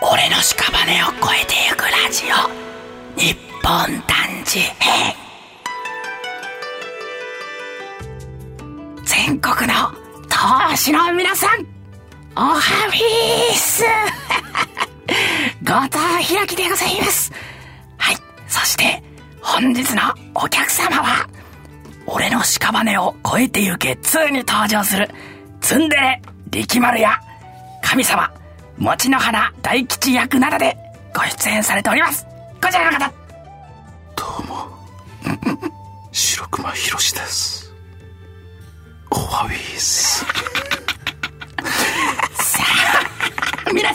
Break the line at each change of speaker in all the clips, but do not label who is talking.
俺の屍を越えてゆくラジオ日本男児編全国の投資の皆さんおはみー す後藤弘樹でございますはいそして本日のお客様は俺の屍を越えてゆけ2に登場するツンデレ力丸や神様餅の花大吉役などでご出演されておりますこちらの方
どうも白熊博士ですおはウィーす
さあ皆様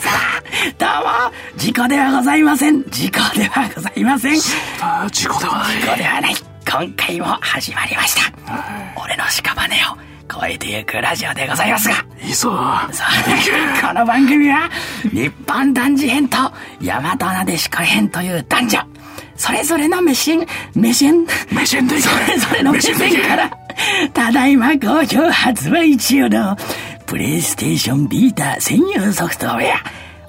どうも事故ではございません事故ではございません事
ああ事故ではない
故ではない今回も始まりました俺の屍を越えてゆくラジオでございますが
いいぞ
さあこの番組は日本男児編と大和なでしこ編という男女それぞれの目線目線
目線でいけ
それぞれの目線からただいま好評発売中のプレイステーションビータ専用ソフトウェア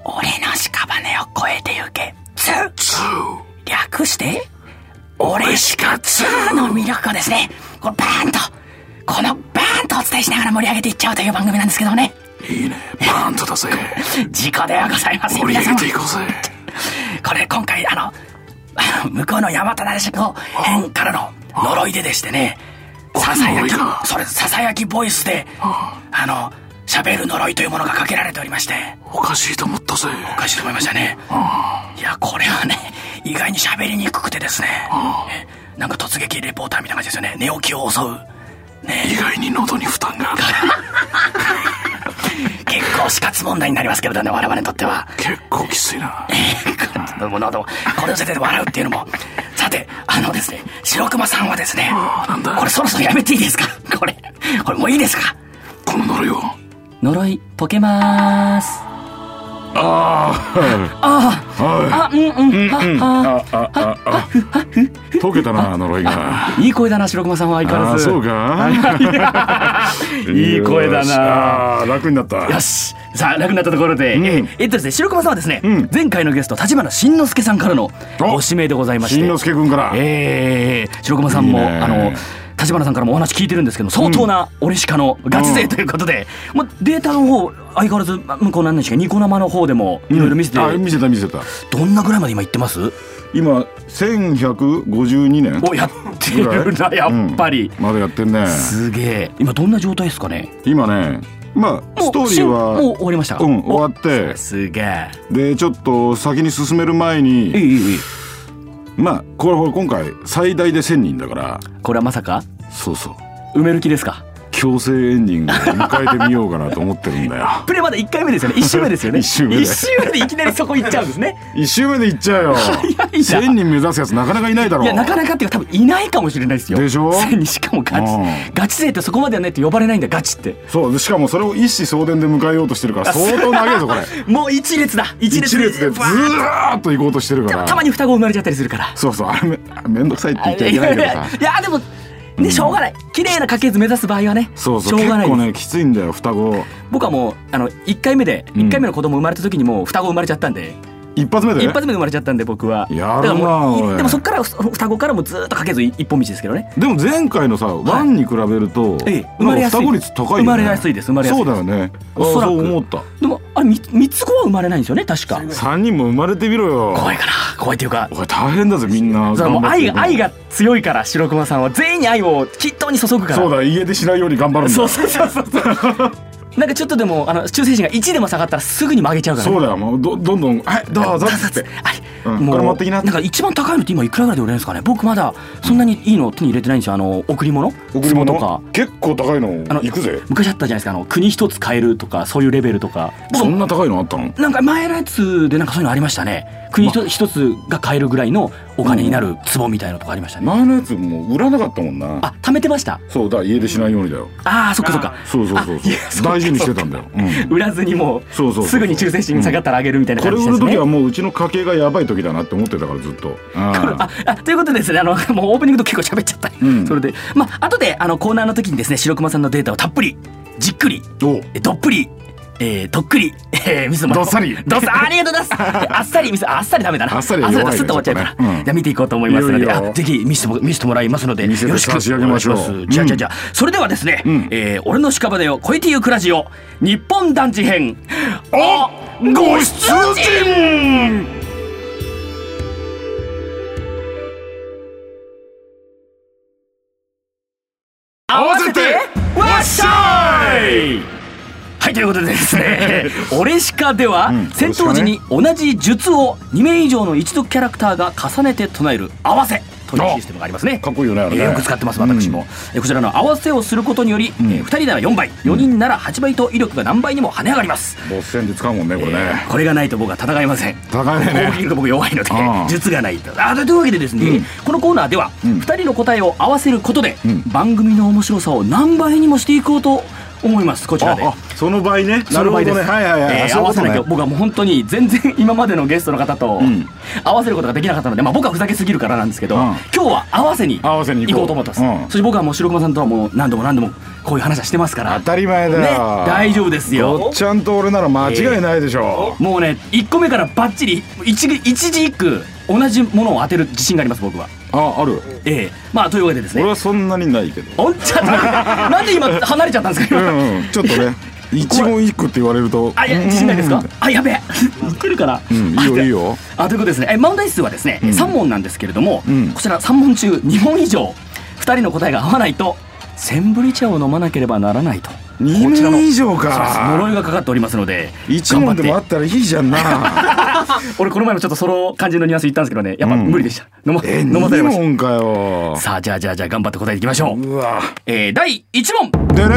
俺の屍を越えてゆけ2
ツー
略して俺しか2の魅力をですねこれバーンとこのバーンとお伝えしながら盛り上げていっちゃおうという番組なんですけどもね
いいねバーンとだ ぜ
事故ではございません
盛り
皆
上げ
様
ていこうぜ
これ今回あの あの向こうの大和なでしこ編からの呪いででしてねささやき
呪いか
それささやきボイスであの喋る呪いというものがかけられておりまして
おかしいと思ったぜ
おかしいと思いましたねいやこれはね意外に喋りにくくてですねえなんか突撃レポーターみたいな感じですよね寝起きを襲 う
意外に喉に負担がある
結構死活問題になりますけれどね我々にとっては
結構きついな
どうもどうも これをてて笑うっていうのもさてあのですね白熊さんはですね
ああなんだ
これそろそろやめていいですかこれこれもういいですか
この呪いを
呪い解けまーすあーあーあうんうん
溶けたな呪いが
いい声だな白熊さんは相変わ
あ
ら
あ
ず
そうか
いい声だな
な楽になった
よしさあ楽になったところで、
ん
えーえっとですね白熊さんはですね、
ん
前回のゲスト立花慎之介さんからの
お
ご指名でございまして
しんのすけ君から
えー、白熊さんも
いいね
あの立花さんからもお話聞いてるんですけど相当なオレシカのガチ勢ということで、もうデータの方相変わらずま向こうなんでしたっけニコ生の方でもいろいろ見せて、
あ見せた見せた
どんなぐらいまで今行ってます
今1152年
おやってるな
ぐ
や
らい
っぱり、
うんまだやってんね
すげえ今どんな状態ですかね
今ねまあ
もう
ストーリ
しん
ーは
もう終わりました
うん終わって
すげえ
でちょっと先に進める前
いい
に
いいいい
まあこれほら今回最大で1000人だから
これはまさか
そうそう
埋める気ですか
強制エンディングを迎えてみようかなと思ってるんだ よ
プレイまだ1回目ですよね1周目ですよね
一周目で
一目でいきなりそこ行っちゃうんですね
一周目で行っちゃうよ
いな
1000人目指すやつなかなかいないだろ
いやなかなかっていうか多分いないかもしれないですよ
でしょ
1000にしかもガチ
うん
ガチ勢ってそこまではないと呼ばれないんだガチって
そうしかもそれを一子相伝で迎えようとしてるから相当長いぞこれ
もう一列だ一列
一列でずーっと行こうとしてるか
たま
ら
に双子生まれちゃったりするから
そうそうあれめあめんどくさいって言っちゃい けないけどさ
いやでもねしょうがない綺麗な家系図目指す場合はね
そうそう
しょう
結
がない
構
です
ねきついんだよ双子
僕はもうあの1回目で
うん
1回目の子供生まれた時にもう双子生まれちゃったんで
一発目で
一発目で生まれちゃったんで僕は
やるな
だからもう
おい
いでもそっから双子からもずーっと家系図一本道ですけどね
でも前回のさワンに比べると
ええ生
な
ま
ん
れ
か
やすい
双子率高いよ
生
ね
まれやすいです生まれやすい
そうだよねあ
おそらく
そう思った
でもあれみ三つ子は生まれないんですよね確か
三人も生まれてみろよ
怖いかな怖いっていうか
おい大変だぜみんな
それはもう
頑張ってい
愛
くの
愛が強いから白熊さんは全員に愛をきっとに注ぐから
そうだ家出しないように頑張るんだ
そうそうそうそうそうなんかちょっとでもあの忠誠心が1でも下がったらすぐに曲げちゃうからね、
そうだよもうどどんどんはいどうぞっつって
あれ、
うん
も
こ
う
れ持ってきな
なんか一番高いのって今いくらぐらいで売れるんですかね僕まだそんなにいいの手に入れてないんですよあの贈り物
贈り物
壺とか
結構高いの
あの
行くぜ
昔あったじゃないですかあの国一つ買えるとかそういうレベルとか僕
そんな高いのあったの
なんか前のやつでなんかそういうのありましたね国一つ一つが買えるぐらいのお金になる壺みたいなのとかありましたね、
前のやつもう売らなかったもんな
あ貯めてました
そうだから家出しないようにだよ
ああそっかそっか
そうそうそう
あいや
そう大事にしてたんだよ、うん、
売らずにもう
そうそうそう
すぐに忠誠心下がったらあげるみたいな
こ
感
れ
じで
売る
すね、
時はもううちの家計がやばい時だなって思ってたからずっとあ
ああということでですねあの もうオープニングと結構喋っちゃった、
うん
それでまあ後であのコーナーの時にですね白熊さんのデータをたっぷりじっくり
お
えどっぷりえー、とっくり、 えー、ミスの
どっさり
どっさありがとうござい ますあっさりミスあっさりダメだな
あっさりは
あっ
弱いね
さりだとスッと終わっちゃ
ちょっ
うから、
とねうん
じゃあ見ていこうと思いますので
いよいよ
あぜひ見せても見せてもらいますので
見せて
よろしく
差し上げましょう
お願いますじゃあじゃあじゃあそれではですね、えー俺の屍を超えてゆくラジオ日本男児編おご出陣合わせてわっしゃいはいということでです ね「オレシカ」では、戦闘時に同じ術を2名以上の一族キャラクターが重ねて唱える合わせというシステムがありますね
かっこいいよねあれね
えーよく使ってます私も、えーこちらの合わせをすることにより、え2人なら4倍4人なら8倍と威力が何倍にも跳ね上がります、
ボス戦で使うもんねこれ
え
ね
ーこれがないと僕は戦えません
高い
攻
ね
撃力が僕弱いので
ああ
術がないとあというわけでですね、このコーナーでは2人の答えを合わせることで、番組の面白さを何倍にもしていこうと思いますこちらで。
ああその場合ね
その場合です、
なるほどねはいはいはい、
えー
あそう
合
う
わ
こと
せ
ね
なきゃ僕はもう本当に全然今までのゲストの方と合わせることができなかったので、まあ、僕はふざけすぎるからなんですけど、
うん
今日は合わせに
合わせに
行こ
行こ
う
う
と思ってます、
うん
そして僕はもう白熊さんとはもう何度も何度もこういう話はしてますから
当たり前だよ、
ね大丈夫ですよ
ごっちゃんと俺なら間違いないでしょ、
もうね1個目からバッチリ一一字一句同じものを当てる自信があります僕は
あある
ええまあというわけでです
俺
ね
はそんなにないけど
おんちゃん なんで今離れちゃったんですか
う
今
ん、うん、ちょっと ね一言一句って言われると
あいや自信ないですかあやべえ言ってるから、
うんいいよ
あ
い いよ
あということですねえ問題数はですね、三3問なんですけれども、
ん
こちら3問中2問以上2人の答えが合わないとセンブリ茶を飲まなければならないと
二
こちらの
問以上
そうです呪
か
いがかかっておりますので
一問でもあ
頑張
ったらいいじゃんな
って俺この前もちょっとその感じのニュアンス言ったんですけどねやっぱ無理でした、飲ま
え
飲まされ
二
ました
問かよ
さあじゃあじゃあじゃあ頑張って答えていきましょう、
うわ
えー第1問
でね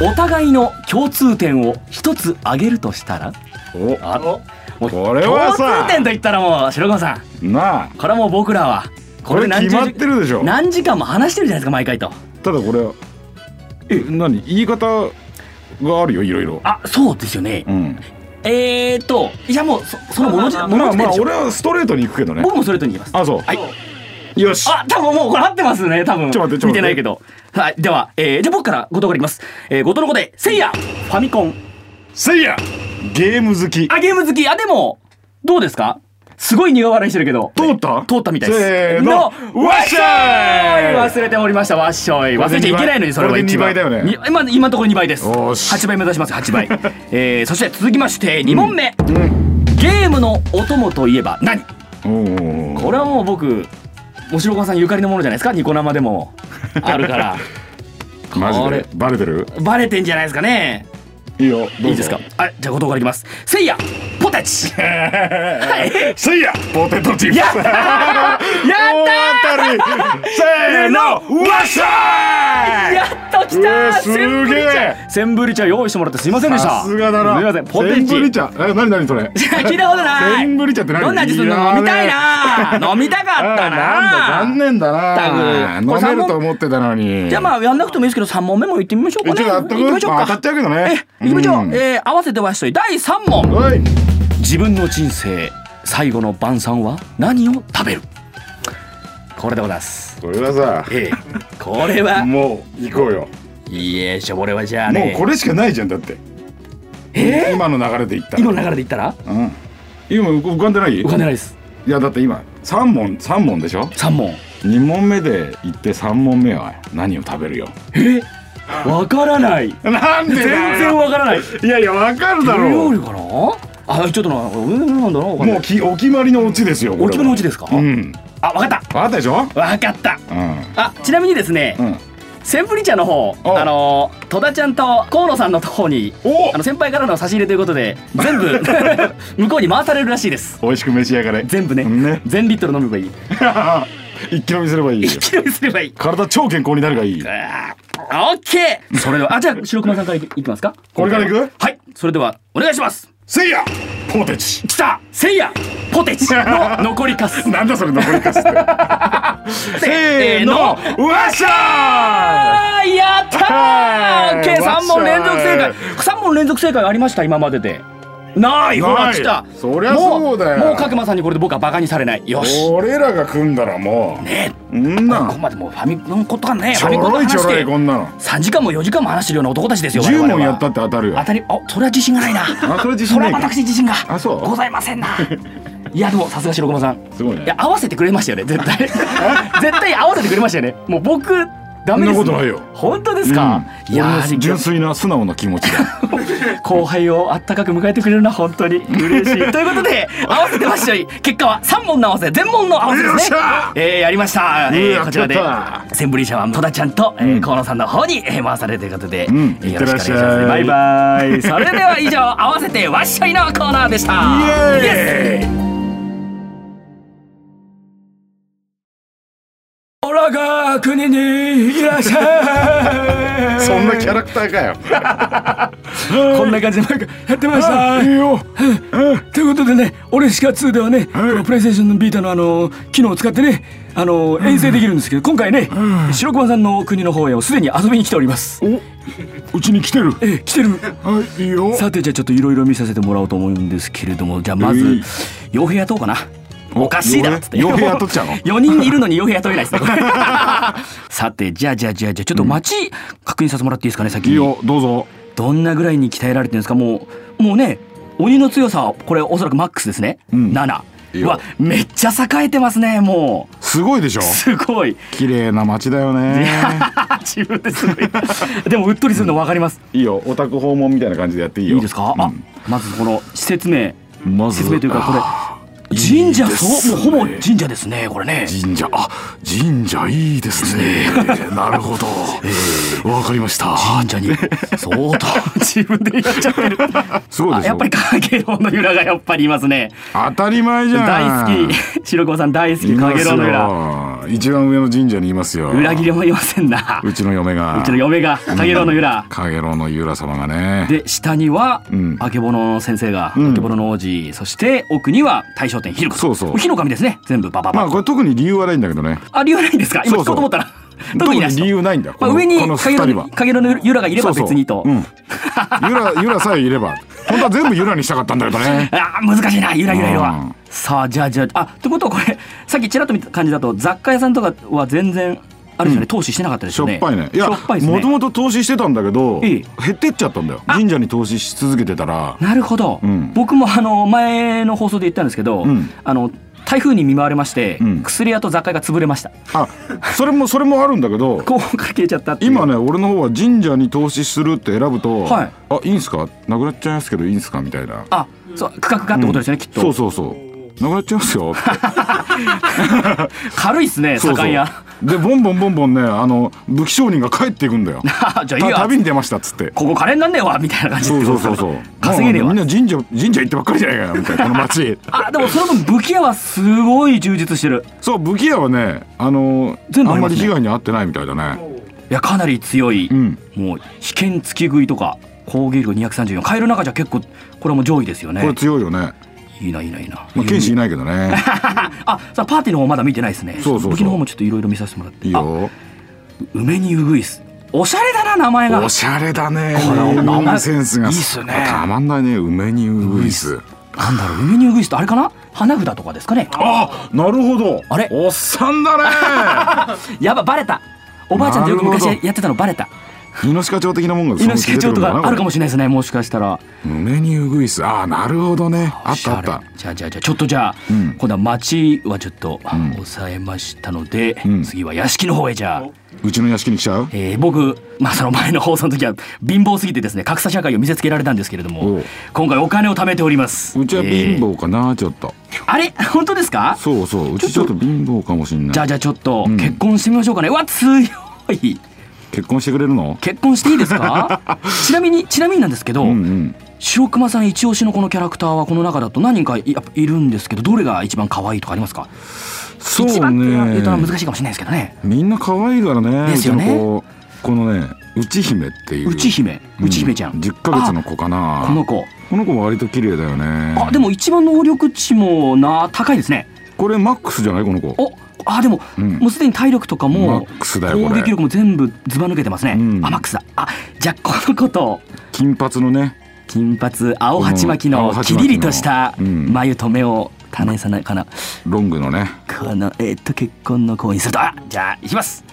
お互いの共通点を一つ挙げるとしたら
お
あもう
これはさ
共通点と言ったらもう白川さん
なあ
これはもう僕らは
これ決まってるでしょ
何時間も話してるじゃないですか毎回と
ただこれえ何言い方があるよいろいろ
あそうですよね、
うん
えーといやもうそそのものじ
まあ
ものじ
まあ
でしょ、
俺はストレートに行くけどね
僕もそれとに言います
あそうよし
あ多分もうこれ合ってますね多分
ちょっと待ってちょ
見
っと待って
てないけどはいでは、えー、じゃあ僕から後藤からいきます、えー、後藤の子でせいやファミコン
せいやゲーム好き
あゲーム好きあでもどうですかすごい苦笑いしてるけど
通った
通ったみたいです
せーの
わっしゃ
わっしゃい
い忘れておりましたわっしょい忘れちゃいけないのにそれは一番
これで二倍だよね
に今今のところ2倍です
よし
8倍目指します8倍 えー、そして続きまして2問目、ゲームのお供といえば何
うん
これはもう僕お城川さんゆかりのものじゃないですかニコ生でもあるから
マジ
これ
でバレてる
バレてんじゃないですかね
いいよどうぞ
いいですかあじゃあ後藤からいきますせいやポテ チはい
せいやポテトチップ
やったーや
大当たりせーのわっしゃい
やっときた
う
ー
わす
セ
げえ
ンブリ茶センブリ茶用意してもらってすいませんでした
さすがだな
すいませんポテ
センブリ
チ
茶え何何それ
聞いたことない
センブリ茶って何
どんな味する
いら
の飲
ねえ
みたい な飲みたかったな
あーなんだ残念だな
ったくこれ
飲めると思ってたのに
じゃあまあやんなくてもいいですけど3問目も行ってみましょうかね
一応やっとく
行きましょう
ま
か
あ当たっちゃうけどね
え行きましょう、
うん
えー合わせてわしとい第3問
おい
自分の人生最後の晩餐は何を食べるこれでございます
これはさ
ええこれは
もう行こうよ
いいえしょ俺はじゃあ
もう
ね
これしかないじゃんだって
え
今の流れでいったら
今の流れで言ったら
うん今浮かんでない
浮かんでないです
いやだって今三問三問でしょ
3問
二問目で行って三問目は何を食べるよ
えわからない
なんでだ
全然
よ
わからない
いやいやわかるだろ
料
う
理かなあちょっとなうんなんだろう
もうきお決まりのオチですよ
お決まりのうち
で
ですか、
うん
あわかった
わかったでしょ
わかった
うん
あちなみにですね、
うん
センブリ茶の方
お
あのー戸田ちゃんと河野さんのとこに
お
あの先輩からの差し入れということで全 部向こうに回されるらしいです
美味しく召し上がれ
全部ね
ね
全リットル飲めばいい
一気飲みすればいいよ
一気飲みすればいい
体超健康になるがいい
あーオッケーそれではあじゃあ白熊さんからいきいきますか
これからいく
はいそれではお願いします
せいやポテチ
きたせいやポテチの残りか す
なんだそれ残り かすってせーのわっしゃ
あーやった
は
ー
い
計
わっしゃ
3
い
問連続正解3問連続正解ありました今までで
ー
ないほ
な
ら
い
来た
そりゃそうだよ
ももう角間さんにこれで僕はバカにされないよし
俺らが組んだらもう
ね
うんな
ここ
ん
までもうファミコンことかね
ち
フ
ょ
ァミコンの
ろい
話
ちょろい
で
こんなの
3時間も4時間も話してるような男たちですよ我
10
々は
問やったって当たるよ
当たりあそれは自信がないな
あそれは自信
それ
ない
は
か
私自信が
あそう
ございませんないやでもさすが白駒さん
すごいね
いや合わせてくれましたよね絶 対絶対合わせてくれましたよねもう僕ダ
そん
メで
な
す
ことないよ
本当で
う
す
ん
か、い
俺
や
の
ー
純粋な素直な気持ち だ
後輩をあったかく迎えてくれるな本当に嬉し いということで合わせてましたよ結果は3問の合わせ全問の合わせですね
よっしゃ
えーやりました、え
う
ー
わ
こちらで
やった
センブリ社は戸田ちゃんと、えー河野さんの方に、えー回されるということで、
ん
えーよろしくお願いし
いってらっ
ま
しゃい
すバイバイそれでは以上合わせてわっしょいのコーナーでした
イ
イエス
エーイ
オラが国にいらっし ゃい
そんなキャラクターかよ
こんな感じでマイクやってました
いいよ
ということでね、俺しか2ではね、
い
このプレイステーションのビータのあの機能を使ってね、あの遠征できるんですけど、今回ね、白熊さんの国の方へをすでに遊びに来ております。
うちに来てる
ええ、来てる。
はいいいよ
さてじゃあちょっといろいろ見させてもらおうと思うんですけれども、じゃあま
え
ず
い
傭兵雇おうかな。おかしいだろっつって。
傭兵傭兵雇っちゃうの
?4 人いるのに傭兵雇えない ですね。これさてじゃあじゃあじゃあじゃあちょっと街確認させてもらっていいですかね先
いい
に。
よどうぞ
どんなぐらいに鍛えられてるんですかもう、もうね、鬼の強さ、これおそらくマックスですね。
ん
7。
いうよ
わ、めっちゃ栄えてますね、もう。
すごいでしょ
すごい。
綺麗な街だよね
自分ですごい。 でも、うっとりするの分かります。
いいよオタク訪問みたいな感じでやっていいよ
いいですか、あ、まずこの施設名。
まず
施設名というか、これ、
いい
神
です
社、
ね
そう、もうほぼ神社ですね、これね。
神社あ神社いいですねなるほどわかりました
神社に、 そうと、自分で言っちゃってる。
すごい
あ
でしょ
やっぱり、影のの由来がやっぱりいますね。
当たり前じゃ
大
ん
好き、白熊さん大好き、
いま
影
す
のの由来。
よ一番上の神社にいますよ
裏切りもいませんな。
うちの嫁が
うちの嫁が、かげろうのゆら。
影楼のゆら様がね
で、下には
うん、
あけぼの先生が、あ
ん
けぼのの王子、そして奥には大正天ひるこさん。
そうそう
火の神ですね、全部、ばば
まあ
ば。
これ特に理由はないんだけどね
あ、理由ないんですか今
そ
聞
うそ
こうと思
う
ったら。
特
特に
に
なし
理由ないんだ
ま
こ
あ、
の
上に
この
か
二
げろう
人
の
は
かげろうのゆらがいれば
そうそう
別にと
う。んゆ らゆらさえいれば本当は全部ゆらにしたかったんだけどね
あー難しいな、ゆらゆらゆら
う
は
ん。
さあ、じゃあじゃあ、あ、ってことはこれ、さっきちらっと見た感じだと、雑貨屋さんとかは全然、あれですよね、投資してなかったです
しょ
よ
っ
ね。
ぱいねい
し
や
ょっぱいです
もと
ね。
もと投資してたんだけど
ええ
減ってっちゃったんだよ神社に投資し続けてたら
なるほど、
うん
僕もあの前の放送で言ったんですけど、
うん
あの台風に見舞われまして、
うん
薬屋と雑貨屋が潰れました
あそれもそれもあるんだけど
こうから消えちゃったっていう
今ね俺の方は神社に投資するって選ぶと「
はい
あいいんすかなくなっちゃいますけどいいんすか?」みたいな
あそう区画がってことですよね、きっと
そうそうそうなくなっちゃいます よって
軽いっすね
そうそう
酒屋
でボンボンボンボンねあの武器商人が帰っていくんだよ
じ ゃあいい
た
や
旅に出ましたっつって
ここ金になんねえわみたいな感じ
そ
で
う
す
そうそうそう
稼げねえ
も
わ
うみんな神社神社行ってばっかりじゃないかよみたいなこの 街
あでもその分武器屋はすごい充実してる
そう武器屋はねあの
全部
あ
あ
ん
り
ま
ます
り
ね
被害に遭ってないみたいだね
いやかなり強い、
うん
もう被験付き食いとか攻撃力234カエルの中じゃ結構これはもう上位ですよ
これ
ね
強いよね
いいないいないいな、
まあ剣士いないけどね
あさあパーティーの方まだ見てないですね
そうそうそう
武器の方もちょっといろいろ見させてもらって
いい
あ
よ
梅にウグイスおしゃれだな名前が
おしゃれだね
これ
ネ
名
ーム
前
センスが
いいっすね
たまんないね梅にウグイス
なんだろう梅にウグイスってあれかな花札とかですかね
あなるほど
あれ
おっさん だね
やばバレたおばあちゃんとよく
なるほど
昔やってたのバレた
猪鹿町的なもんがそのう
命
ち出て
ちょ
く
っ
る
と
の
かあるかも
し
しれないですねもしかしたら
れない梅にウグイスああなるほどねあったあっ
お
た
しゃれじゃあじゃあじゃあちょっとじゃあ、
ん
今度は町はちょっと抑えましたので、
ん
次は屋敷の方へじゃあ、
うちの屋敷に来ちゃう
えー僕、まあ、その前の放送の時は貧乏すぎてですね格差社会を見せつけられたんですけれど
お
も
う
今回お金を貯めております
うちは貧、乏かなちょっと
えーあれ本当ですか
そうそううちちょっと貧乏かもしん
じゃ
な
あ
い
じゃあちょっと
うん
結婚してみましょうかね、うわ強い
結婚してくれるの
結婚していいです かちなみにちなみになんですけど、
うんうん
白熊さん一押しのこのキャラクターはこの中だと何人かいやっぱいるんですけどどれが一番可愛いとかありますか、
そう
一番って言うと
ね
難しいかもしれないですけどね
みんな可愛いからね
で
う
す
ち
よ
の
ね
子このね内姫っていう
内姫内姫ちゃん、
う10ヶ月の子かな
この子
この子も割と綺麗だよね
あでも一番能力値もな高いですね
これマックスじゃないこの子
おあでも、
うん
もうすでに体力とか
マ
も
ックスだよこ
攻
れ
撃力も全部ずば抜けてますね、
うん
あマックスだあじゃあこの子と
金髪のね
金髪青鉢巻き
うん青
の
鉢
キ
巻きの
リリとした
うん
眉と目を種さないかな、
ロングのね
このえーっと結婚の婚姻するとあじゃあ行きます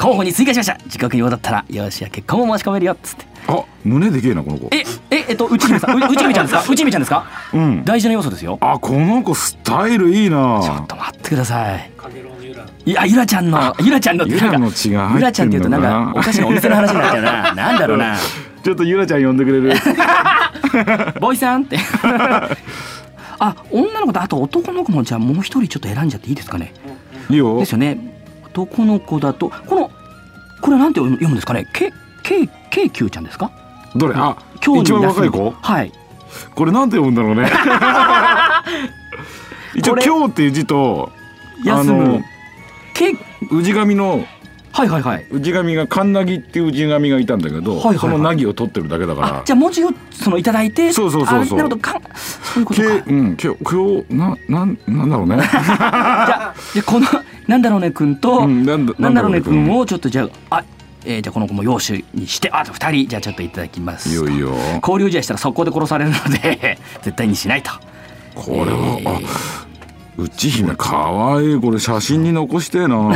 候補に追加しました自覚に戻ったらよしや結婚も申し込めるよっつって
あ胸でけえなこの子
えええっと内海さんう内海ちゃんですか内海ちゃんですか
うん
大事な要素ですよ
あこの子スタイルいいな
ちょっと待ってください。いや、ゆらちゃんの、ゆらちゃんのってなんか、
ゆらの血が入ってんのかな
ゆらちゃんっていうと、なんか、おかしなお店の話になっちゃうな。なんだろうな。
ちょっとゆらちゃん呼んでくれる
ボーイさ んって。あ、女の子と、あと男の子も、じゃあもう一人ちょっと選んじゃっていいですかね。
いいよ
ですよね。男の子だと、この、これなんて読む読むんですかね。け、け、けいきゅうちゃんですか
どれあ
今日
一番若い子
はい。
これなんて読むんだろ うね一応
これ
今日っていう字とあ
休む
の。
け、
氏神の
はいはいはい。
氏神がカンナギっていう氏神がいたんだけ
は
ど、
いはいはい
そのナギを取ってるだけだから
あ、じゃあ文字を、その、いただいて、
そうそうそうそう
あなるほど、かん、そういうこと
け
か。
うん今日今日ななんなんだ ろうね
じゃあ、じゃあこの、なんだろうねくんと、
うんなんだ
なんだろうねくん
を
をちょっとじゃあ、あ、えーじゃあこの子も養子にして、あと二人、じゃあちょっといただきます。
いいよいいよ
交流試合したら速攻で殺されるので、 絶対にしないと。
これは、あ内姫かわいいこれ写真に残してえ な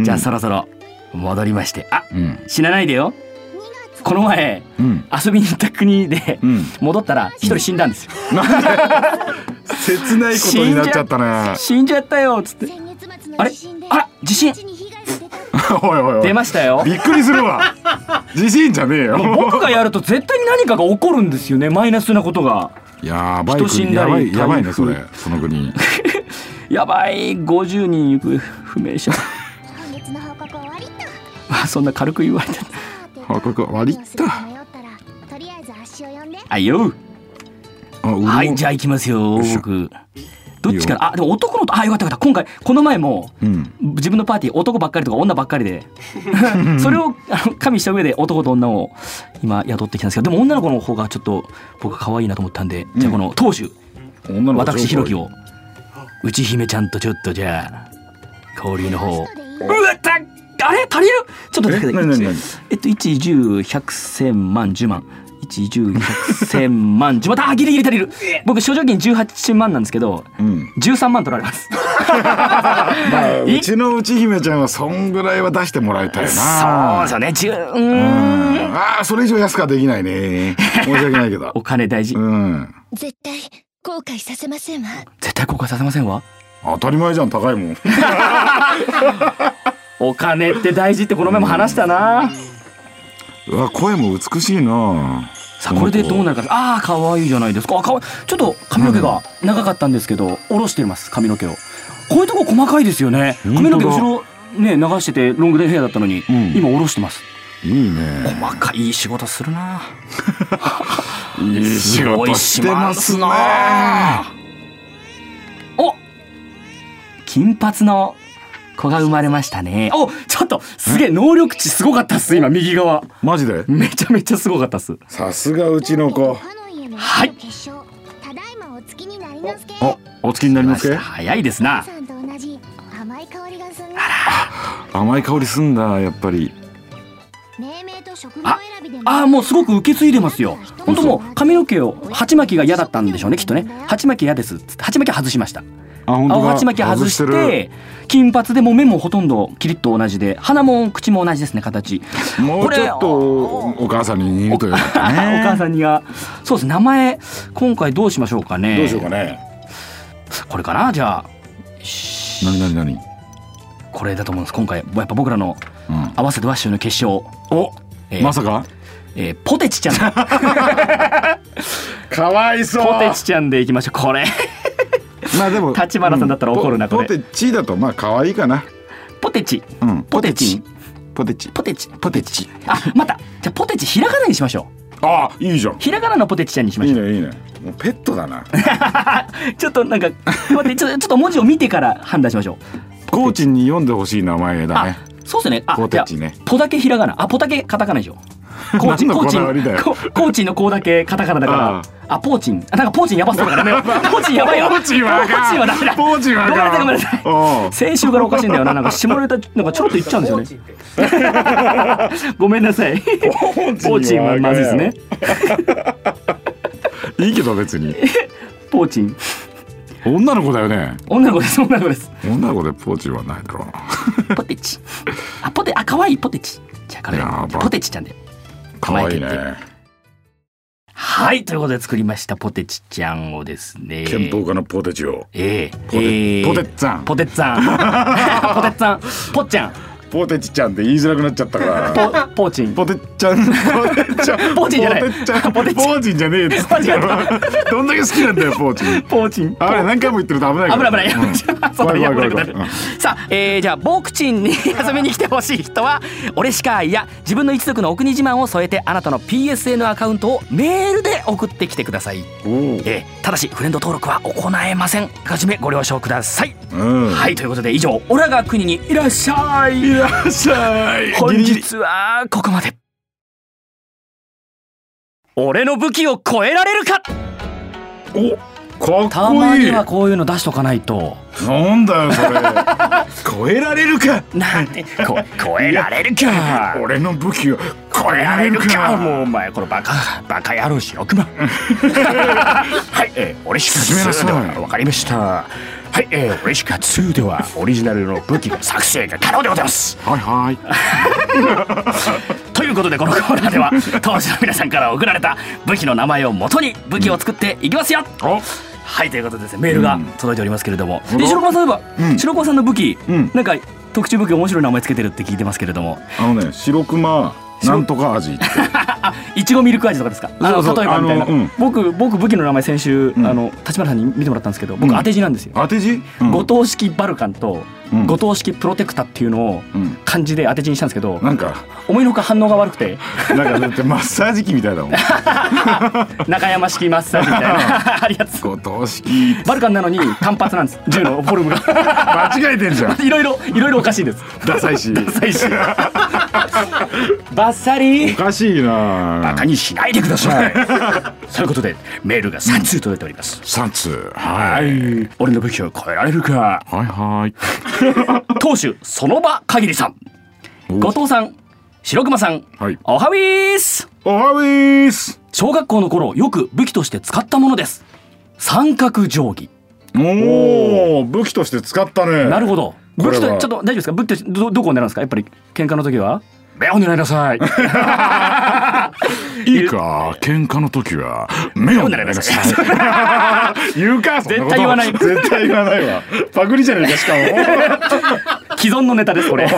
じゃあそろそろ戻りまして、あ、
うん
死なないでよ。この前、
うん
遊びに行った国で、
うん
戻ったら一人死んだんですよ。
切ないことになっちゃったね
死んじゃったよ、つって。あ
あ
れ
れ
あ
あ
ら
ら
地
地
震
震
おいおいおい
出ましたよ。
びっくりする わ自信じゃねえよ
僕がやると絶対に何かが起こるんですよね、マイナスなことが。
やばい
人死ん
国
だ
や
り
ばいやばいね
台
そ
風
れその国
やばい、50人行く不明者。 まあそんな軽く言われて
あここ割りった
あよ
あう
はいじゃあ行きますよ
よいしょ
僕どっちからあでも男のとあよかったよかった今回この前も
うん
自分のパーティー男ばっかりとか女ばっかりでそれをあの加味した上で男と女を今雇ってきたんですけどでも女の子の方がちょっと僕可愛いなと思ったんで、じゃあこの当主
女の子
私ひろきを内姫ちゃんとちょっとじゃあ交流の方をうわたあれ足りるちょっと待ってくだ
え何
さい
何何
えっと1十0 1 0 0 1000万10万1十0 1 0 0 0万10万あギリギリ足りる僕所持金18万なんですけど
うん
13万取られます
まあ
いう
ちの内姫ちゃんはそんぐらいは出してもらいたいな
そうですよね10う
う
ーん
んあーそれ以上安くはできないね申し訳ないけ ど
お金大事
うん
絶対後悔させませんわ
絶対後悔させませんわ
当たり前じゃん高いもん
お金って大事ってこの前も話したな
うわ声も美しいな
さあこれでどうなるかああ可愛いじゃないですかあかわいちょっと髪の毛が長かったんですけど下ろしてます髪の毛をこういうとこ細かいですよね
本当
髪
だ
の毛後ろね流しててロングヘアだったのに、
ん
今下ろしてます
いいね
細かいいい仕事するない
い仕事してますね
お金髪の子が生まれましたねおちょっとすげえ能力値すごかったっす今右側
マジで
めちゃめちゃすごかったっす
さすがうちの子
は
はいいただいまお月になりのすけ
あお付きになりますけ
早いですな
さんと同じ甘い香りがする
甘い香りすんだやっぱり
命名と職業選びで
ああもうすごく受け継いでますよ本当もう髪の毛を鉢巻きが嫌だったんでしょうねきっとね鉢巻き嫌ですっつって鉢巻き外しました
あ本
青
当だ
鉢巻き外して金髪でもう目もほとんどキリッと同じで鼻も口も同じですね形
るもうちょっとおお母さんに似るというかねお
お母さんにはそうです名前今回どうしましょうかね
どうしようかね
これかなじゃあ
何何何
これだと思うんです今回やっぱ僕らの
うん
合わせてワッシュの決勝、
お
えー
まさか
えーポテチちゃ んポ
かわいそ
テチちゃんでいきましょうこ れ
まあでも
立花さんだったら怒るな
うんポ
これ
ポテチだとまあ可愛いかな
ポテチ
うん
ポテチ
ポテチ
ポテチ
ポテチ
あまたじゃあポテチひらがなにしましょう
ああいいじゃん
ひらがなのポテチちゃんにしまし
い
ょ
いうねいいねもうペットだ な
ちょっとなんか待ってちょちょっと文字を見てから判断しましょう
コーチンに読んでほしい名前だ
あ
ね
そうですねあ
ポテチね
じゃあポだけひらがなあポだけカタカナでしょ コーチン、
何
コ
の
ー
こ
チ
だわりだ
ン、
よ
ココーチンのコーだけカタカナだから
あ。
あ、ポーチン。あなんかポーチンやばそうだ からダメよ。ポーチンやばいよ。
ポーチンはあかん
ポーチンはダメだ。
ポーチンはあかん
ごめんなさい、ごめんなさい。
おう
先週からおかしいんだよ な。なんか下ネタ、なんかちょろっと言っちゃうんですよね。ごめんなさい。ポーチンはまずいですね。
いいけど別に
ポーチン。
女の子だよね
女の子です、女の子です。
女の子でポーチはないだろうな
ポテチ。あ、ポテ、あ、可愛いポテチ。じゃあ、彼
やば
ポテチちゃんで。
可愛い
可愛い
ね
はい、ということで作りましたポテチちゃんをですね。
健康家のポテチを
ええ
ポテ
ええ
ポテッツァン
ポテッツァ ンポテッツァンポッちゃん
ポテチちゃんって言いづらくなっちゃったから
ポポーチン
ポテッちゃんポテッちゃん
ポーチンじゃない
ポテッちゃん
ポ
ポ
テ
テ
ッチ
チンじゃねえっつって
間違
どんだけ好きなんだよポーチン
ポーチン
あれ何回も言ってると危ない
危
か
な
ら
い危ない、
うん
そうだね
怖い怖
危
い怖
ないい危
怖
ないいさあ、えー、じゃあボクチンに 遊びに来てほしい人は俺しかいや自分の一族のお国自慢を添えてあなたの PSN アカウントをメールで送ってきてください、
うんおう
えー、ただしフレンド登録は行えませんあらかじめご了承ください、
うん
はいということで以上オラが国にいらっしゃい
いらっしゃい
本
ギリギリ
日はここまで俺の武器を超えられるかた
おかっこ
ま
い
に
い
はこういうの出しとかないと
なんだよそ れ超えられるか
なんてこ超えられるか
俺の武器を超えられるか
もうお前このバカバカ野郎しよくまはい、えー、俺しか
進めなさい
2ではわかりましたはい、えー、俺しか2ではオリジナルの武器の作成が可能でございます
はいはい
ということでこのコーナーで は当時の皆さんから送られた武器の名前を元に武器を作っていきますよ、はいということでですねメールが届いておりますけれども、で白川さんそういえば、白川さんの武器、
うん
なんか特注武器面白い名前つけてるって聞いてますけれども
あのね白熊なんとか味って
いちごミルク味とかですかあの
そうそ
例
う
えばみたいな、
あのうん
僕僕武器の名前先週、
ん
あの立花さんに見てもらったんですけど僕
うん
当て字なんですよ、
当て字
五島式バルカンと
うん
五島式プロテクタっていうのを
うん
漢字で当て字にしたんですけど、
なんか
思いのほか反応が悪く て
なんかだってマッサージ機みたいだもん
中山式マッサージみたい なありがとう
五島式
バルカンなのに単発なんです銃のフォルムが
間違えてんじゃん
いろいろいろいろおかしいです
ダサいし
最 初バッサリ
おかしいな
バカにしないでくださいそういうことでメールが3通届いております
三通はい
俺の武器を超えられるか
はいはい
当主その場限りさん後藤さん白熊さん、
はい
おはウィース
おはウィーす
小学校の頃よく武器として使ったものです三角定規
おお武器として使ったね
なるほど
こ
武器
れは
とちょっと大丈夫ですか武器としてどどこを狙うんですかやっぱり喧嘩の時は目を狙いなさい
いいか喧嘩の時は目を
目を狙い
狙
な
いな
さ
さ
い
い言うかそんなこと
絶対言わない
絶対言わないわパクリじゃねえかしか
既存のネタです これ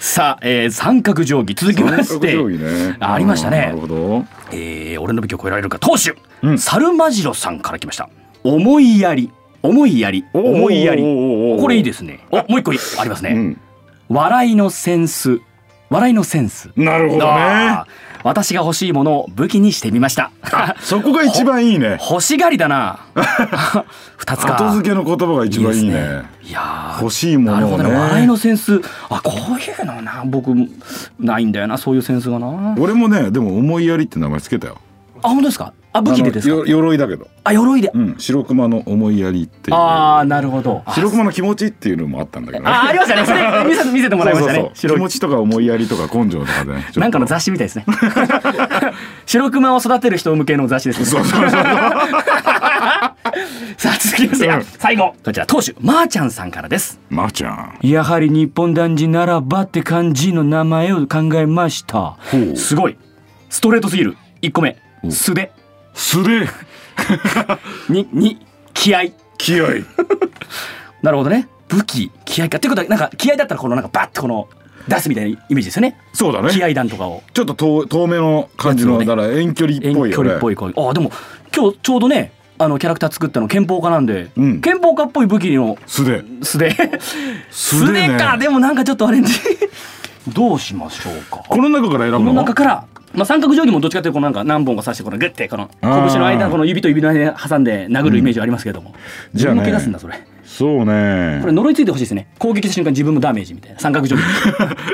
さあ、えー三角定規続き
も
まして
定規ね
あありました
な
ね
る、ほど
えー俺の武器を超えられるか当主、
うん
サルマジロさんから来ました思いやり思いやり
おー
思いやり
おーおーおー
これいいですねおもう一個いありますね、
うん
笑いのセンス笑いのセンス
なるほどね
あー私が欲しいものを武器にしてみました
そこが一番いいね
欲しがりだ な二つか
後付けの言葉が一番いい
いい
ね
ですいやー
欲しいも
なる
の
ほ
を
ど
ね
ね笑いのセンスあこういうのな僕ないんだよなそういうセンスがな
俺もねでも思いやりって名前つけたよ
あ本当ですかあ武器でです
あ
か
のよ鎧だけど
あ鎧で、
うん白熊の思いやりっていう
ああなるほどあ
白熊の気持ちっていうのもあったんだけどね
あありましたねそれ見せ見せてもらいましたね
そうそうそう気持ちとか思いやりとか根性とかでねちょっと
なんかの雑誌みたいですね 白熊を育てる人向けの雑誌ですね
そうそうそう
さあ続きまして、
うん
あ最後こちら当主まー、ちゃんさんからです
まーちゃん
やはり日本男児ならばって感じの名前を考えました
ほう
すごいストレートすぎる1個目
お
素手
素手
にに気合
気合い
なるほどね武器気合かってことはなんか気合だったらこのなんかバッてこの出すみたいなイメージですよね
そうだ
気
ね
合弾とかを
ちょっと遠遠目の感じ
や
の
つを
だから遠距離っ
遠
ぽい
距
よ
離
ね
っぽい感じああでも今日ちょうどねあのキャラクター作ったの憲法家なんで、
うん
憲法家っぽい武器の
素手
素手
素手ね
かでもなんかちょっとアレンジどうしましょうか
この中から選ぶ
この
の
中からまあ、三角定規もどっちかというとこうなんか何本か刺してこのグッてこの拳の間
あー
この指と指の間に挟んで殴るイメージはありますけれども、
じゃあね
自分も怪我すんだそれ
そうね
これ呪いついてほしいですね攻撃した瞬間自分もダメージみたいな三角定規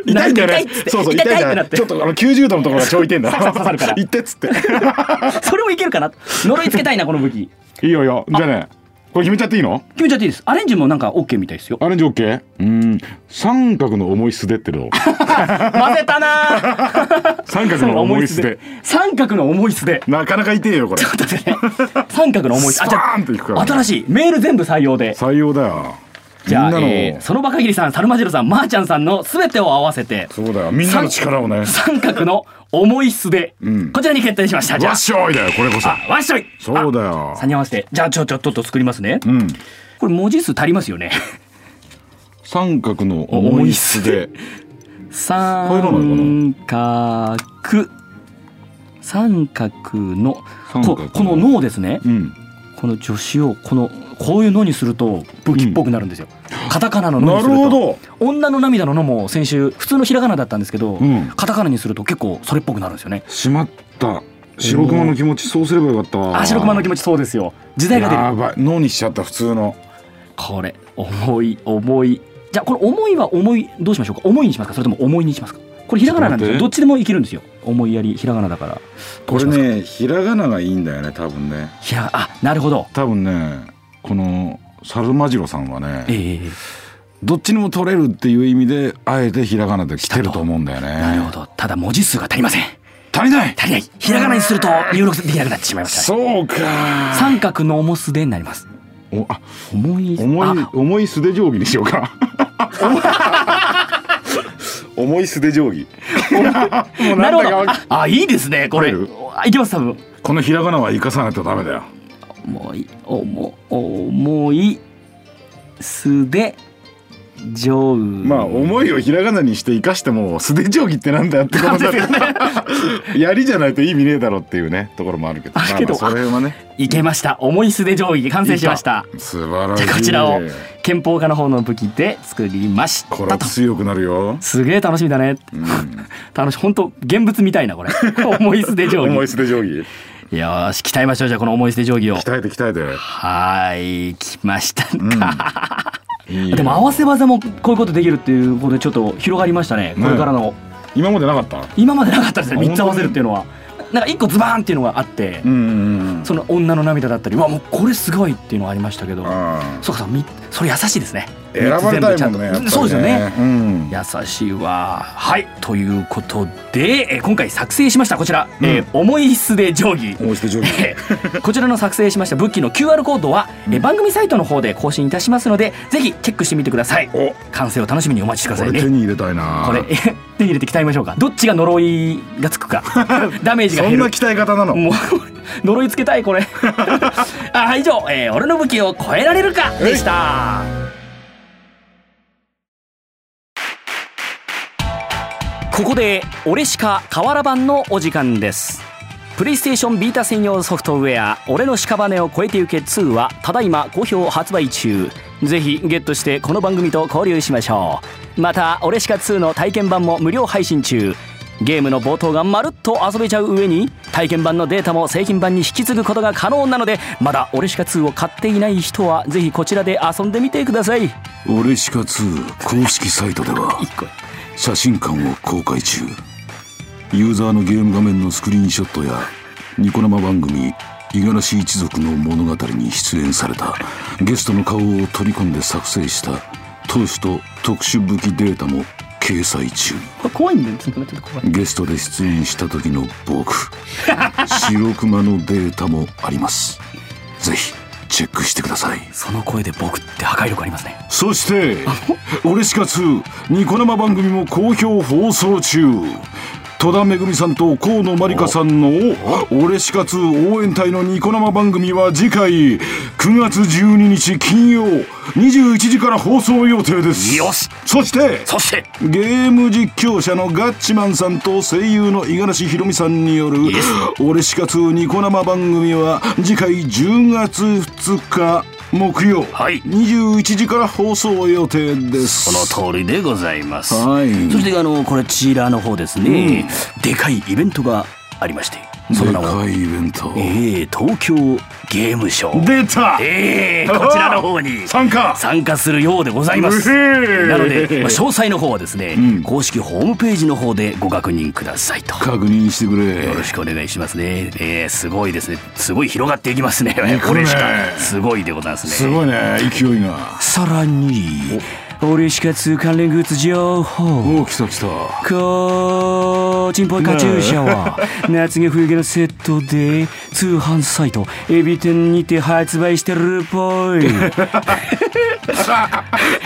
痛いんだよ
なんか痛い
ね
っつって
そうそう
痛
痛
い
い
痛い
ん
ってな
だよ
っ
ね
て
ちょっとあの90度のところがちょいてんだ
サクサク刺さるから
行ってっつって
それもいけるかな呪いつけたいなこの武器
いいよいいよじゃあねこれ決めちゃっていいの
決めちゃっていいですアレンジもなんか OK みたい ですよ
アレンジ OK? うーん三角の重い素手っ ての
混ぜたなー
三角の重い素手
三角の重い素で
なかなか痛えよこれ
三角の重い素
スパーンといくからね
新しいメール全部採用で
採用だよみ
じ
ん
ゃ
な
あ、
の、
えーその場限りさん、猿マジロさん、まーちゃんさんのすべてを合わせて、
そうだよみんなの力をね
三角の重い素で、
うん
こちらに決定しました。じゃ
わ
あ
っ、しょいだよこれこそ
あわっしょい
そうだよ
あ差に合わせて、じゃあ、ちょ、ちょ、ちょっと作りますね。
うん
これ文字数足りますよね。
三角の重い素手こういうの
三角、三角の、
三角
ここの脳ですね。
うん
この助詞を、この、こういうのにすると武器っぽくなるんですよ。カタカナの脳
な
に
る
すると。
ほど
女の涙ののも先週普通のひらがなだったんですけど、
うん
カタカナにすると結構それっぽくなるんですよね
しまった白熊の気持ちそうすればよかったわ
あ白熊の気持ちそうですよ時代が出
や
る
ばい脳にしちゃった普通の
これ重い重いじゃあこの重いは重いどうしましょうか重いにしますかそれとも重いにしますかこれひらがななんですよ
ち
ど
ょ
っちでもいけるんですよ思いやりひらがなだから
これねひらがながいいんだよね多分ね
ひらあなるほど
多分ねこの猿マジロさんは
ええ
ね
えええ
どっちにも取れるっていう意味であえてひらがなで来てると思うんだよね
えなるほどただ文字数が足りません
足りない
足りないひらがなにすると入力できなくなってしまいましたね
そうか
三角の重すでになります
おあ
重い
重い
あ
重い素手定規にしようか 重い素手定 規もう
なる
ん
ほ
だかわ
ど
か
ああいいですねこれ
入る
あいきます多分
このひらがなは生かさないとダメだよ
重い重重い素で上
まあ思いをひらがなにして生かしても素手定規ってなんだよってことだよね 槍じゃないと意味ねえだろっていうねところもあるけど
あるけど
まあまあそれはね
いけました重い素で上位完成しました
素晴らし
じ
い
ゃあこちらを憲法家の方の武器で作りまし
こ
た
れ
と
強くなるよ、
すげえ楽しみだね
うん、
楽し本当現物みたい なこれ重い素で上
重
位
い素手定規
よーし鍛えましょうじゃあこの重い素で上位を
鍛えて鍛えて
はーい来ました か、
いいよ
でも合わせ技もこういうことできるっていうことでちょっと広がりましたねこれからの
今までなかった
今までなかったですね
あ
3つ合わせるっていうのはなんか1個ズバーンっていうのがあって、
うんうんうん
その女の涙だったりうわもうこれすごいっていうのがありましたけど
あ
そうかそうみそれ優しいですね
選ばれたい
三つ全部
もんね
ちゃ
やっぱり
とそうですよね
うん
優しいわはいということで、えー今回作成しましたこちら、えー思い素で定規
重い素手定規
えーこちらの作成しましたブッキーの QR コードは、えー番組サイトの方で更新いたしますのでぜひチェックしてみてください
お
完成を楽しみにお待ちしてくださ
こ
い
れ
ね
手に入れたいな
これ 手に入れて鍛えましょうかどっちが呪いがつく かダメージが
そ
減
んな
る
鍛え方なの
もう呪いつけたいこれあ以上、えー俺の武器を超えられるか」でしたここで「俺しか瓦版」のお時間ですプレイステーションビータ専用ソフトウェア「俺の屍を超えてゆけ2」はただいま好評発売中ぜひゲットしてこの番組と交流しましょうまた「俺しか2」の体験版も無料配信中ゲームの冒頭がまるっと遊べちゃう上に体験版のデータも製品版に引き継ぐことが可能なのでまだ「俺しか2」を買っていない人はぜひこちらで遊んでみてください
俺しか2公式サイトでは写真館を公開中ユーザーのゲーム画面のスクリーンショットやニコ生番組「五十嵐一族の物語」に出演されたゲストの顔を取り込んで作成した投手と特殊武器データも掲載中
これ怖いんだよちょっと待ってちょっと怖い
ゲストで出演した時の僕白熊のデータもありますぜひチェックしてください
その声で僕って破壊力ありますね
そして「俺しか2」ニコ生番組も好評放送中戸田恵美さんと河野まりかさんの「俺しか2」応援隊のニコ生番組は次回9月12日金曜21時から放送予定です
よし
そして
そして
ゲーム実況者のガッチマンさんと声優の五十嵐ひろみさんによる「俺しか2ニコ生番組」は次回10月2日
木曜、
はい
21時から放送予定です
この通りでございます。
はい
そしてあのこれチーラーの方ですね、でかいイベントがありまして、その
で
名も
かいイベント、
えー、東京ゲームショー。
出た
えー、こちらの方に
参加
参加するようでございます。
うへー
なので、まあ、詳細の方はですね、公式ホームページの方でご確認くださいと。
確認してくれ
よろしくお願いしますね。えー、すごいですね。すごい広がっていきますね。これしかすごいでございますね。
すごいね勢いが
さらに、オレシカ2関連グッズ情報。
おお来た来た
こーチンポイカチューシャは 夏毛冬毛のセットで通販サイトエビ店にて発売してるっぽい
笑っ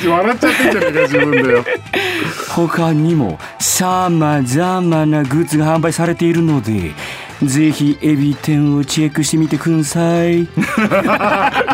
ちゃってんじゃねえか自 分だよ
他にもさまざまなグッズが販売されているのでぜひエビ店をチェックしてみてくんさ
言う
い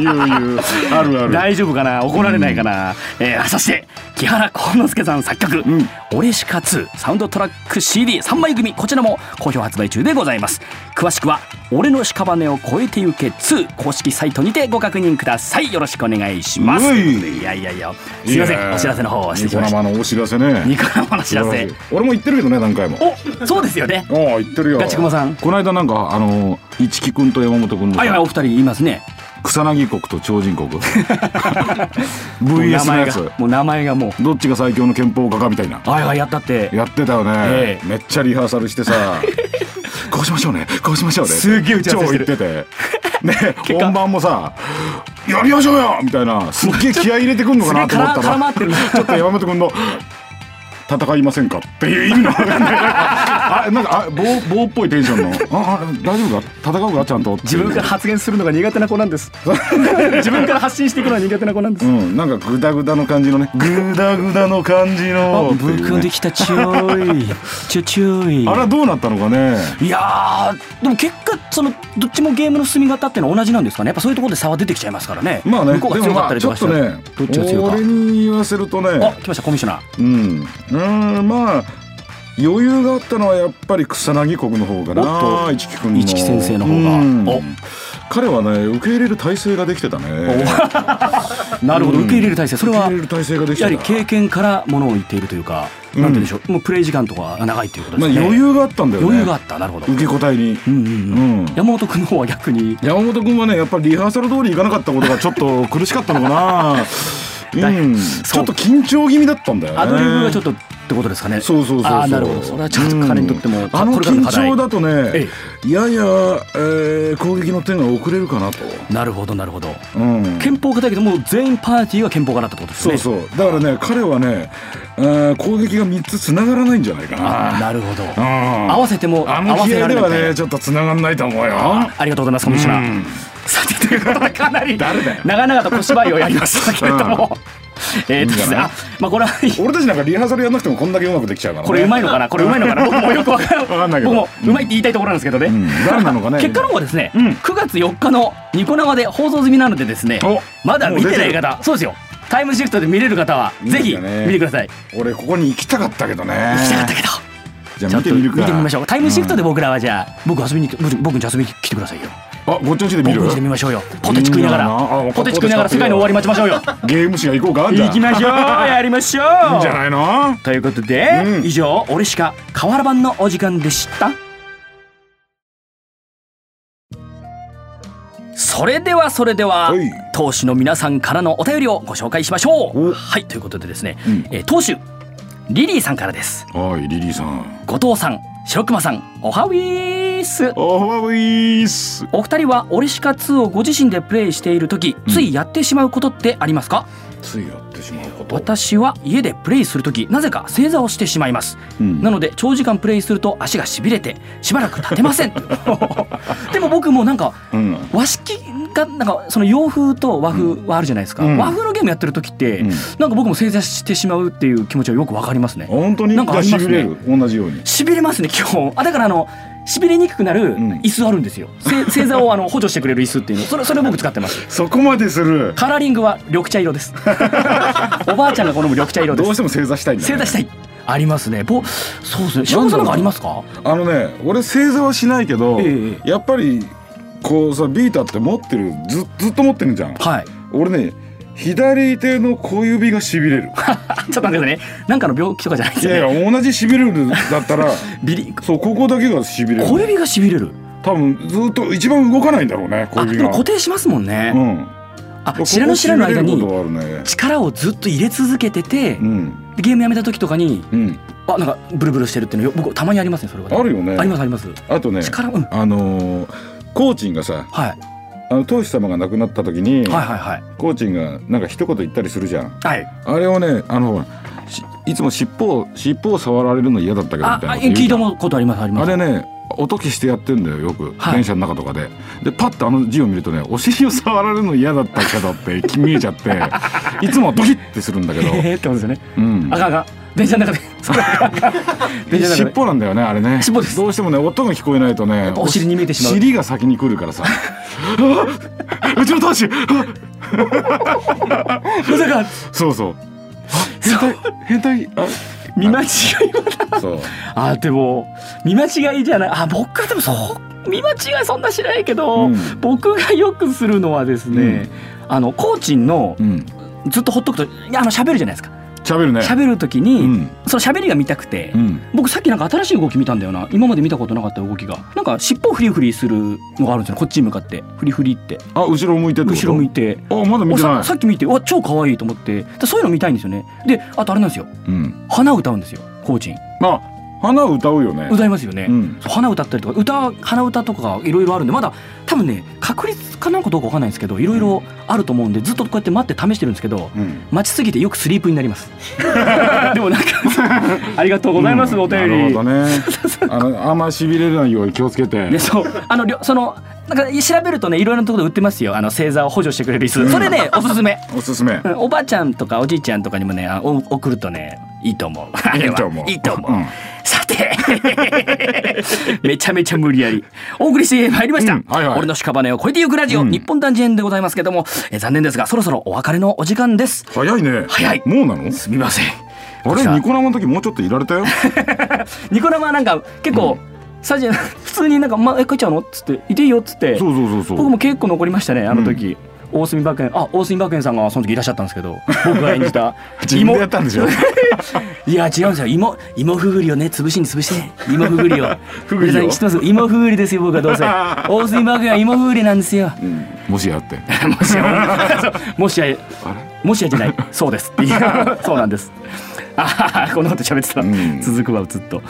言うあるある
大丈夫かな怒られないかな、えーそして木原幸之助さん作曲「俺しか2」サウンドトラック CD3 枚組こちらも好評発売中でございます詳しくは「俺の屍を越えてゆけ2」公式サイトにてご確認くださいよろしくお願いします
うい
いやいやいやすいませんお知らせの方をしてきまし
ニ
た
コ生のお知らせね
ニコ生の知らせ
俺も言ってるけどね何回も
おそうですよね
ああ言ってるよ
ガチクマさん
この間なんかあの一木君と山本君の
はいはいお二人いますね
草薙国と 超人国 VS
名
の
前
や
が
つ
もう名前がも
どっちが最強の憲法家かみたいな
うはいはいやったって
やってたよね
え、え
めっちゃリハーサルしてさ こうしましょうねこうしましょうね
すげえ打ち合
超
わせして
言
る
ってて ね本番もさ「やりましょうよ!」みたいなすっげえ気合い入れてくんのかなと思った
すげえ絡ま
ら
ってる
ちょっと山本君の「戦いませんか?」っていう 意味のわかんないあなんかあ棒棒っぽいテンションの「ああ大丈夫か戦うかちゃんと」っていう
自分から発言するのが苦手な子なんです 自分から発信していくのは苦手な子なんです
うん、なんかグダグダの感じのねグダグダの感じのっていうね
できたちょいちょちょい
あれはどうなったのかね
いやーでも結果そのどっちもゲームの進み方っていうのは同じなんですかねやっぱそういうところで差は出てきちゃいますからね
まあね
向こうが
で
強
もま
かった
あ
りとかして
ちょっとね
どっちが強いか
俺に言わせるとね
あ来ましたコミッショナー
うんうーんまあ余裕があったのはやっぱり草薙国の方か
おっ
な一木君の
一木先生の方が
うん
お
彼はね受け入れる体制ができてたね
なるほど受け入れる体制それ
受け
は
入れる体制ができ
やはり
てた
経験からものを言っているというか、なんて言うんでしょうもうプレイ時間とかが長いということで
ますあ
ね、
余裕があったんだよね
余裕があったなるほど、
受け答えに
うんうんうん
うん
山本君の方は逆に
山本君はねやっぱりリハーサル通り行かなかったことがちょ っと苦しかったのかなうんちょっと緊張気味だったんだよね
アドリブがちょっとってことですかね。
そうそうそうそう
あーなるほど。それはちょっと彼にとっても、
うんあの
これから
緊
課題
張だとね
え
やや、えー攻撃の点が遅れるかなと、
なるほどなるほど。
うん、
憲法家だけどもう全員パーティーが憲法家だったってことです
そ
ね。
うそうだからね彼はね、えー攻撃が3つつながらないんじゃないか
あ
な
あなるほど。
うん
合わせても
あ
合
の
わ
気
せら
合
れ
で
ないみた
は
い
ね
な。
ちょっとつながんないと思うよ
あありがとうございますコミッショナー。さてということでかなり
誰だよ
長々と小芝居をやりましたけれども。えーとですね、あまあこれは
俺たちなんかリハーサルやんなくてもこんだけうまくできちゃうから、ね、
これうまいのかなこれうまいのかな僕もよくわからん
かんないけど
僕もうまいって言いたいところなんですけどね、
うん誰なのかね
結果の方はですね、9月4日のニコ生で放送済みなのでですね
お
まだ見てない方そうですよタイムシフトで見れる方はぜひ
いいんだね
見てください
俺ここに行きたかったけどね
行きたかったけど
じゃ
ち
あ
ょ
見
っと
てみるか
見てみましょうタイムシフトで僕らはじゃあ僕遊びに僕僕に遊びに来てくださいよ
あごっちょんちで見
僕
る
んちで見ましょうよポテチ食いなが
いいんだな
ら
あ
ポテチ食いながら世界の終わり待ちましょうよ
ゲーム誌が行こうかじゃ あ
行きましょう やりましょ
いいんじゃ
う
ないの
ということで、
うん
以上俺しか河原版のお時間でしたそれではそれでは、
はい
投資の皆さんからのお便りをご紹介しましょう
お
はいということでですね、
うん
えー投手リリーさんからです
はいリリーさん
後藤さん白熊さんおはウィース
おはウィース
お二人はオレシカ2をご自身でプレイしている時ついやってしまうことってありますか、
ついやってしまうこと
私は家でプレイする時なぜか正座をしてしまいます、
うん
なので長時間プレイすると足がしびれてしばらく立てま せんでも僕もなんか
うん
和式がなんかその洋風と和風はあるじゃないですか、
うん
和風のゲームやってる時って、
うん
なんか僕も正座してしまうっていう気持ちはよくわかりますね
本当に
なんかありますね
じゃあ痺れる同じように
しびれますね基本あだからあのしびれにくくなる
ん
椅子あるんですよ、せ正座をあの補助してくれる椅子っていうのそれそれ僕使ってます
そこまでする
カラーリングは緑茶色です おばあちゃんが好む緑茶色です
どうしても正座したいんだ、ね、
正座したい。ありますね。ぼ、そうですね。
なん
翔さ
だろう
んなんかありますか？
あのね俺正座はしないけど、
ええ
やっぱりこうさビータって持ってるずずっと持ってるじゃん
はい。
俺ね左手の小指がしびれる
ちょっと待ってくださいね。なんかの病気とかじゃないです
い
よね。
やいや同じしびれるだっ たら
ビリ
そうここだけがしびれ
小
る
指がしびれる。
多分ずっと一番動かないんだろうね小
あ、で
指
も
が
固定しますもんね。
うん
あ、知らぬ知らぬ間
こ
に
こ痺れることはあるね
力をずっと入れ続けてて、
うん
ゲームやめた時とかに、
うん
あ、なんかブルブルしてるっていうのよ僕たまにありますね。それは、
あるよね
ありますあります。
あとね
力、うん。
あのーコーチンがさ
はい。
あの当主様が亡くなった時に、
はいはいはい。
コーチンがなんか一言言ったりするじゃん
はい。
あれをねあのほらしいつも尻尾を尻尾を触られるの嫌だったけどみた
あ
い、な
あ
こと言う
聞
じゃん
いたことありますありま
あ
す。
れね音消してやってんだよよく、
はい
電車の中とかででパッとあの字を見るとねお尻を触られるの嫌だったけ どってき見えちゃっていつもはドキッてするんだけど、
ええってことですよね。
うん
あ、かんあかん。電車の 中で。それあかん電車の中
尻
で。
尾なんだよねあれね
尻尾です
どうしてもね音が聞こえないとね
お尻に見えてしまう
尻が先に来るか らさあうちの当主あ
まさか
そうそう
そう
変態あ
見間違いは
そう
あでも見間違いじゃないあ僕はでもそう見間違いそんなしないけど、
うん
僕がよくするのはですね、あのコーチンの
うん
ずっとほっとくといやあの喋るじゃないですか
喋るね
喋る時に、
うん
その喋りが見たくて、
うん
僕さっきなんか新しい動き見たんだよな今まで見たことなかった動きがなんか尻尾をフリフリするのがあるんですよこっちに向かってフリフリって
あ後ろ向いてってこと
後ろ向いて
あまだ見
お
てな
さ
い
さっき見てうわ超可愛いと思ってでそういうの見たいんですよねであとあれなんですよ
うん
花歌うんですよコーチン
まあ花歌うよね
歌いますよね、
うん
花歌ったりとか歌鼻歌とかいろいろあるんでまだ多分ね確率かなんかどうかわかんないんですけどいろいろあると思うんでずっとこうやって待って試してるんですけど
うん
待ちすぎてよくスリープになり ますでもなんかありがとうございます、お便り
なるほど ねあのあんましびれないように気をつけて
でそうあのりょそのなんか調べるとねいろいろなところで売ってますよあの星座を補助してくれる椅子、それねおすすめ
おすすめ
うんおばあちゃんとかおじいちゃんとかにもねあお送るとねいいと思うあれはい
いと思う
いいと思う、
うん
さて めちゃめちゃ無理やりお送りしてまいりました、
うんはいはい
俺の屍を越えてゆくラジオ、
うん
日本男児園でございますけどもえー残念ですがそろそろお別れのお時間です
早いね
早い
もうなの
すみません
あ
こ
れ
ちら
ニコ生の時もうちょっといられたよ
ニコ生はなんか結構、サジ 普通になんか「まえ帰っちゃうの?」っつって「いていいよ」っつって
そうそうそうそう
僕も結構残りましたねあの時、大隅馬券あ大隅馬券さんがその時いらっしゃったんですけど僕が演じた
自分でやったんでしょ
いや違うんですよ芋芋ふぐりをね潰しに潰して芋ふぐりを
ふぐりを
皆さん知ってます芋ふぐりですよ僕はど うせ大隅馬券は芋ふぐりなんですよ
もし やって
もしやそうもしや
あれ
もしやじゃ ないそうですいやそうなんですあーこのこと喋ってた、
ん
続くわずっと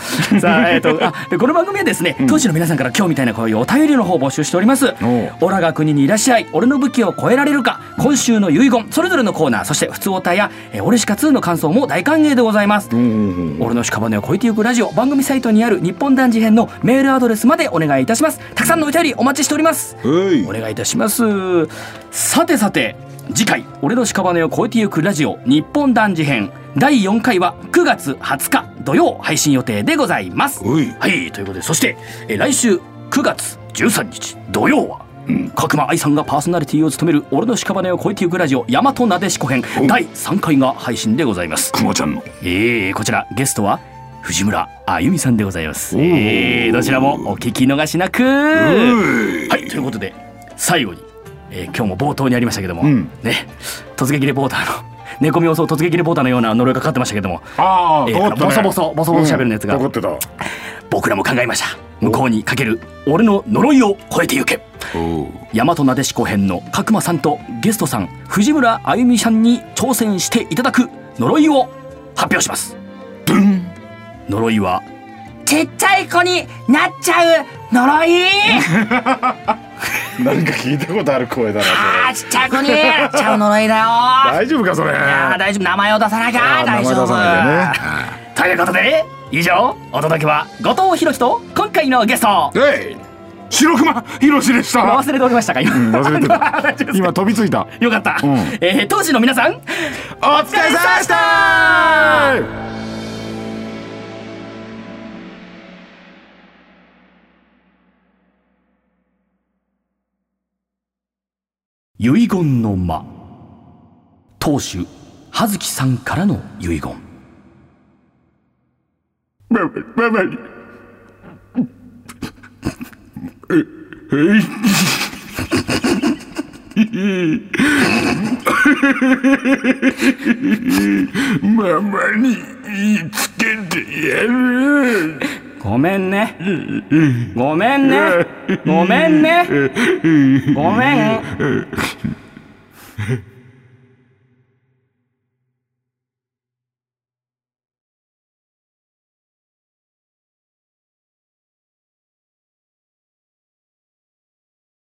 さあえっ、とあでこの番組はですね、当時の皆さんから今日みたいなこういうお便りの方を募集しております
お
オラが国にいらっしゃい俺の武器を超えられるか今週の遺言それぞれのコーナーそして普通おたやえー俺しか2の感想も大歓迎でございます、俺の屍を越えてゆくラジオ番組サイトにある日本男児編のメールアドレスまでお願いいたしますたくさんのお便りお待ちしております
えい
お願いいたしますさてさて次回「俺の屍を越えてゆくラジオ日本男児編」第4回は9月20日土曜配信予定でございます
おい
はいということでそしてえー来週9月13日土曜は、角間愛さんがパーソナリティを務める「俺の屍を越えてゆくラジオ大和なでしこ編」第3回が配信でございます
クマちゃんの
えー、こちらゲストは藤村あゆみさんでございます。えー、どちらもお聞き逃しなく。はいということで最後に、えー今日も冒頭にありましたけども、
ん
ね突撃レポーターの 猫みを襲う突撃レポーターのような呪いがかかってましたけども
ああ
えーボソボソボソボソ喋るやつが
残ってた
僕らも考えました向こうにかける俺の呪いを超えてゆけ
おう
大和なでしこ編の角間さんとゲストさん藤村あゆみさんに挑戦していただく呪いを発表します呪いはちっちゃい子になっちゃう呪い
なんか聞いたことある声だなそ
あ
れ
ーちっちゃい子になっちゃう呪いだよ
大丈夫かそれ
いやー大丈夫名前を出さなきゃ
あー名前
大
出
丈夫
さなきゃね
ということで以上お届けは後藤弘樹と今回のゲスト
えい白熊ひろしでした
忘れておりましたか今、
うん忘れて
大丈夫
た
です
今飛びついた
よかった、
うん
えー当時の皆さん
お疲れ様でした
遺言の間当主葉月さんからの遺言
ママママに ええいママに言いつけてやる
ごめんね。ごめんね。ごめんね。ごめん。